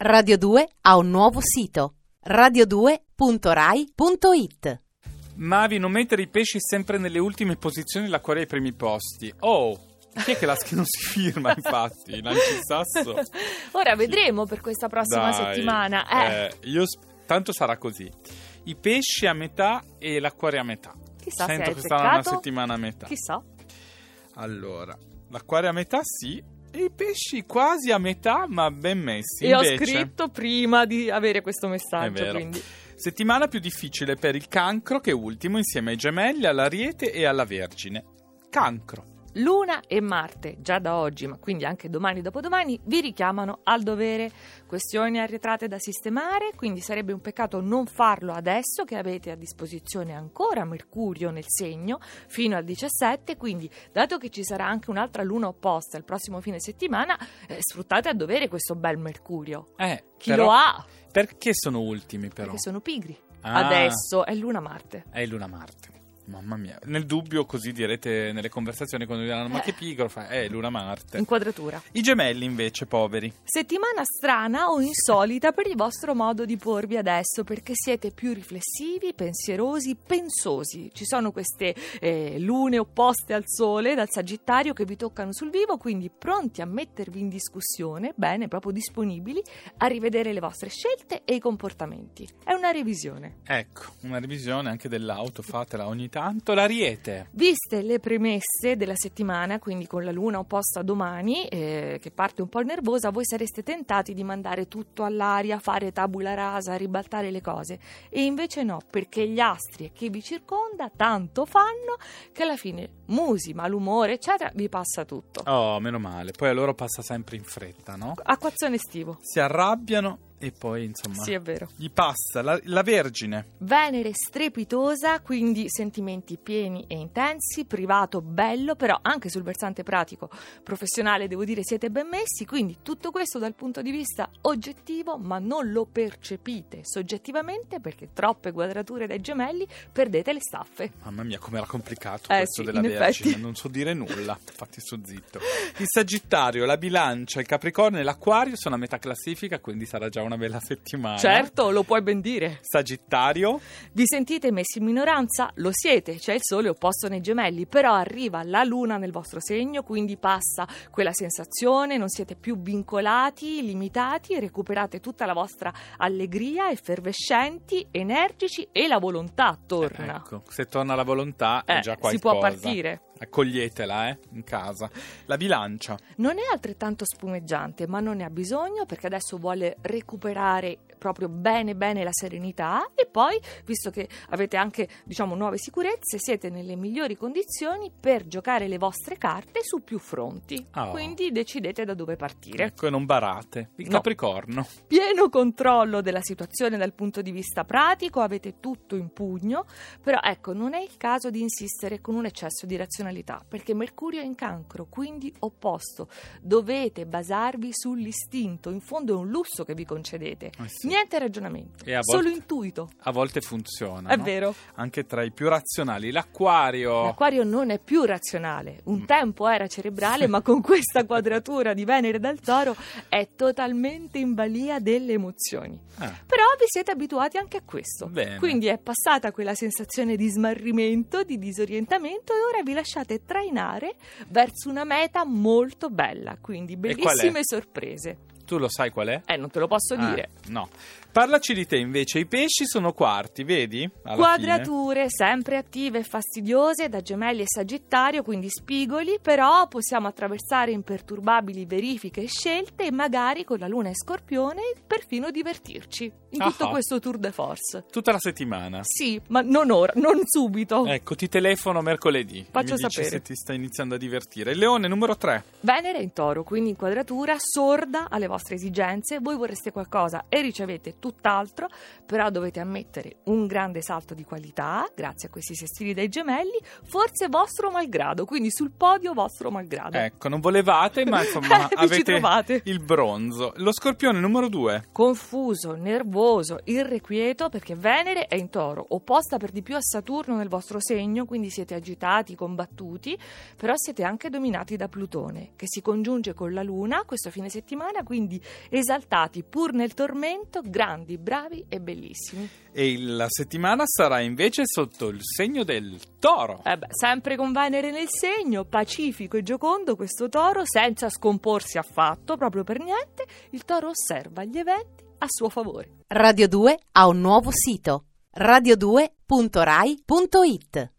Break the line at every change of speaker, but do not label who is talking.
Radio 2 ha un nuovo sito radio2.rai.it
Mavi, non mettere i pesci sempre nelle ultime posizioni e l'acquaria ai primi posti. Oh! Chi è che la non si firma, infatti? Lanci il sasso?
Ora vedremo per questa prossima
Dai,
settimana. Eh,
eh, io sp- tanto sarà così. I pesci a metà e l'acquario a metà.
chissà
Sento
se hai
che sarà una
azzeccato.
settimana a metà.
Chissà.
Allora, l'acquario a metà sì, e i pesci quasi a metà, ma ben messi.
e ho
Invece,
scritto prima di avere questo messaggio,
È vero.
quindi
Settimana più difficile per il cancro che è ultimo insieme ai gemelli, all'ariete e alla vergine. Cancro.
Luna e Marte, già da oggi, ma quindi anche domani e dopodomani, vi richiamano al dovere. Questioni arretrate da sistemare, quindi sarebbe un peccato non farlo adesso che avete a disposizione ancora Mercurio nel segno fino al 17, quindi dato che ci sarà anche un'altra luna opposta il prossimo fine settimana, eh, sfruttate a dovere questo bel Mercurio.
Eh,
Chi
però-
lo ha?
Perché sono ultimi però?
Perché sono pigri.
Ah,
Adesso è luna Marte.
È Luna Marte. Mamma mia. Nel dubbio così direte nelle conversazioni quando vi diranno ma
Eh.
che pigro fa? Eh, Luna Marte.
Inquadratura.
I gemelli invece, poveri.
Settimana strana o insolita per il vostro modo di porvi adesso, perché siete più riflessivi, pensierosi, pensosi. Ci sono queste eh, lune opposte al sole dal Sagittario che vi toccano sul vivo, quindi pronti a mettervi in discussione, bene, proprio disponibili a rivedere le vostre scelte e i comportamenti. È una revisione.
Ecco, una revisione anche dell'auto, fatela ogni tanto. L'ariete.
Viste le premesse della settimana, quindi con la luna opposta domani, eh, che parte un po' nervosa, voi sareste tentati di mandare tutto all'aria, fare tabula rasa, ribaltare le cose. E invece no, perché gli astri che vi circonda tanto fanno che alla fine musi, malumore, eccetera, vi passa tutto.
Oh, meno male. Poi a loro passa sempre in fretta, no?
Acquazzone estivo.
Si arrabbiano e poi, insomma,
Sì, è vero.
gli passa la, la Vergine.
Venere strepitosa, quindi sentimenti pieni e intensi, privato bello, però anche sul versante pratico professionale devo dire siete ben messi, quindi tutto questo dal punto di vista oggettivo, ma non lo percepite soggettivamente perché troppe quadrature dai gemelli perdete le staffe.
Mamma mia, com'era complicato
Eh,
questo
sì,
della
in
Vergine.
effetti.
Non so dire nulla, infatti sto zitto. Il Sagittario, la Bilancia, il Capricorno e l'Acquario sono a metà classifica, quindi sarà già una bella settimana.
Certo, lo puoi ben dire.
Sagittario,
Vi sentite messi in minoranza? Lo siete, c'è il sole opposto nei gemelli, però arriva la luna nel vostro segno, quindi passa quella sensazione, non siete più vincolati, limitati, recuperate tutta la vostra allegria, effervescenti, energici e la volontà torna.
ecco, se torna la volontà è
Eh,
ecco. già qualcosa.
si può partire.
Accoglietela, eh, in casa. La bilancia.
Non è altrettanto spumeggiante, ma non ne ha bisogno perché adesso vuole recuperare proprio bene bene la serenità e poi, visto che avete anche, diciamo, nuove sicurezze, siete nelle migliori condizioni per giocare le vostre carte su più fronti.
Oh.
Quindi decidete da dove partire.
Ecco, e non barate. Il
No.
Capricorno.
Pieno controllo della situazione dal punto di vista pratico, avete tutto in pugno, però ecco, non è il caso di insistere con un eccesso di razionalità, perché Mercurio è in cancro, quindi opposto. Dovete basarvi sull'istinto, in fondo è un lusso che vi concedete.
Eh sì.
Niente ragionamento,
E a volte-
solo intuito.
A volte funziona.
È
no? Oh.
vero.
Anche tra i più razionali. L'Acquario.
L'acquario non è più razionale,
Mm.
un tempo era cerebrale, ma con questa quadratura di Venere dal Toro è totalmente in balia delle emozioni.
Ah,
Però vi siete abituati anche a questo.
Bene.
Quindi è passata quella sensazione di smarrimento, di disorientamento e ora vi lasciate trainare verso una meta molto bella. Quindi
qual è?
bellissime sorprese.
tu lo sai qual è?
Eh, non te lo posso
Ah,
dire.
no. Parlaci di te invece. I pesci sono quarti, vedi? Alla fine.
Quadrature sempre attive e fastidiose da gemelli e sagittario, quindi spigoli, però possiamo attraversare imperturbabili verifiche e scelte e magari con la luna e scorpione perfino divertirci in tutto
Ah.
questo tour de force.
Tutta la settimana.
Sì, ma non ora, non subito.
Ecco, ti telefono mercoledì.
Faccio
Mi dici
sapere.
se ti sta iniziando a divertire. Leone numero 3.
Venere in toro, quindi inquadratura sorda alle vostre esigenze, voi vorreste qualcosa e ricevete tutt'altro, però dovete ammettere un grande salto di qualità grazie a questi sestili dai gemelli, forse vostro malgrado, quindi sul podio vostro malgrado.
Ecco, non volevate, ma insomma,
Eh, vi ci
avete
trovate.
il bronzo. Lo scorpione numero 2.
Confuso, nervoso, irrequieto perché Venere è in toro, opposta per di più a Saturno nel vostro segno, quindi siete agitati, combattuti, però siete anche dominati da Plutone, che si congiunge con la Luna questo fine settimana, quindi quindi esaltati pur nel tormento, grandi, bravi e bellissimi.
E la settimana sarà invece sotto il segno del toro.
Eh beh, sempre con Venere nel segno, pacifico e giocondo questo toro, senza scomporsi affatto, proprio per niente, il toro osserva gli eventi a suo favore.
Radio 2 ha un nuovo sito radio2.rai.it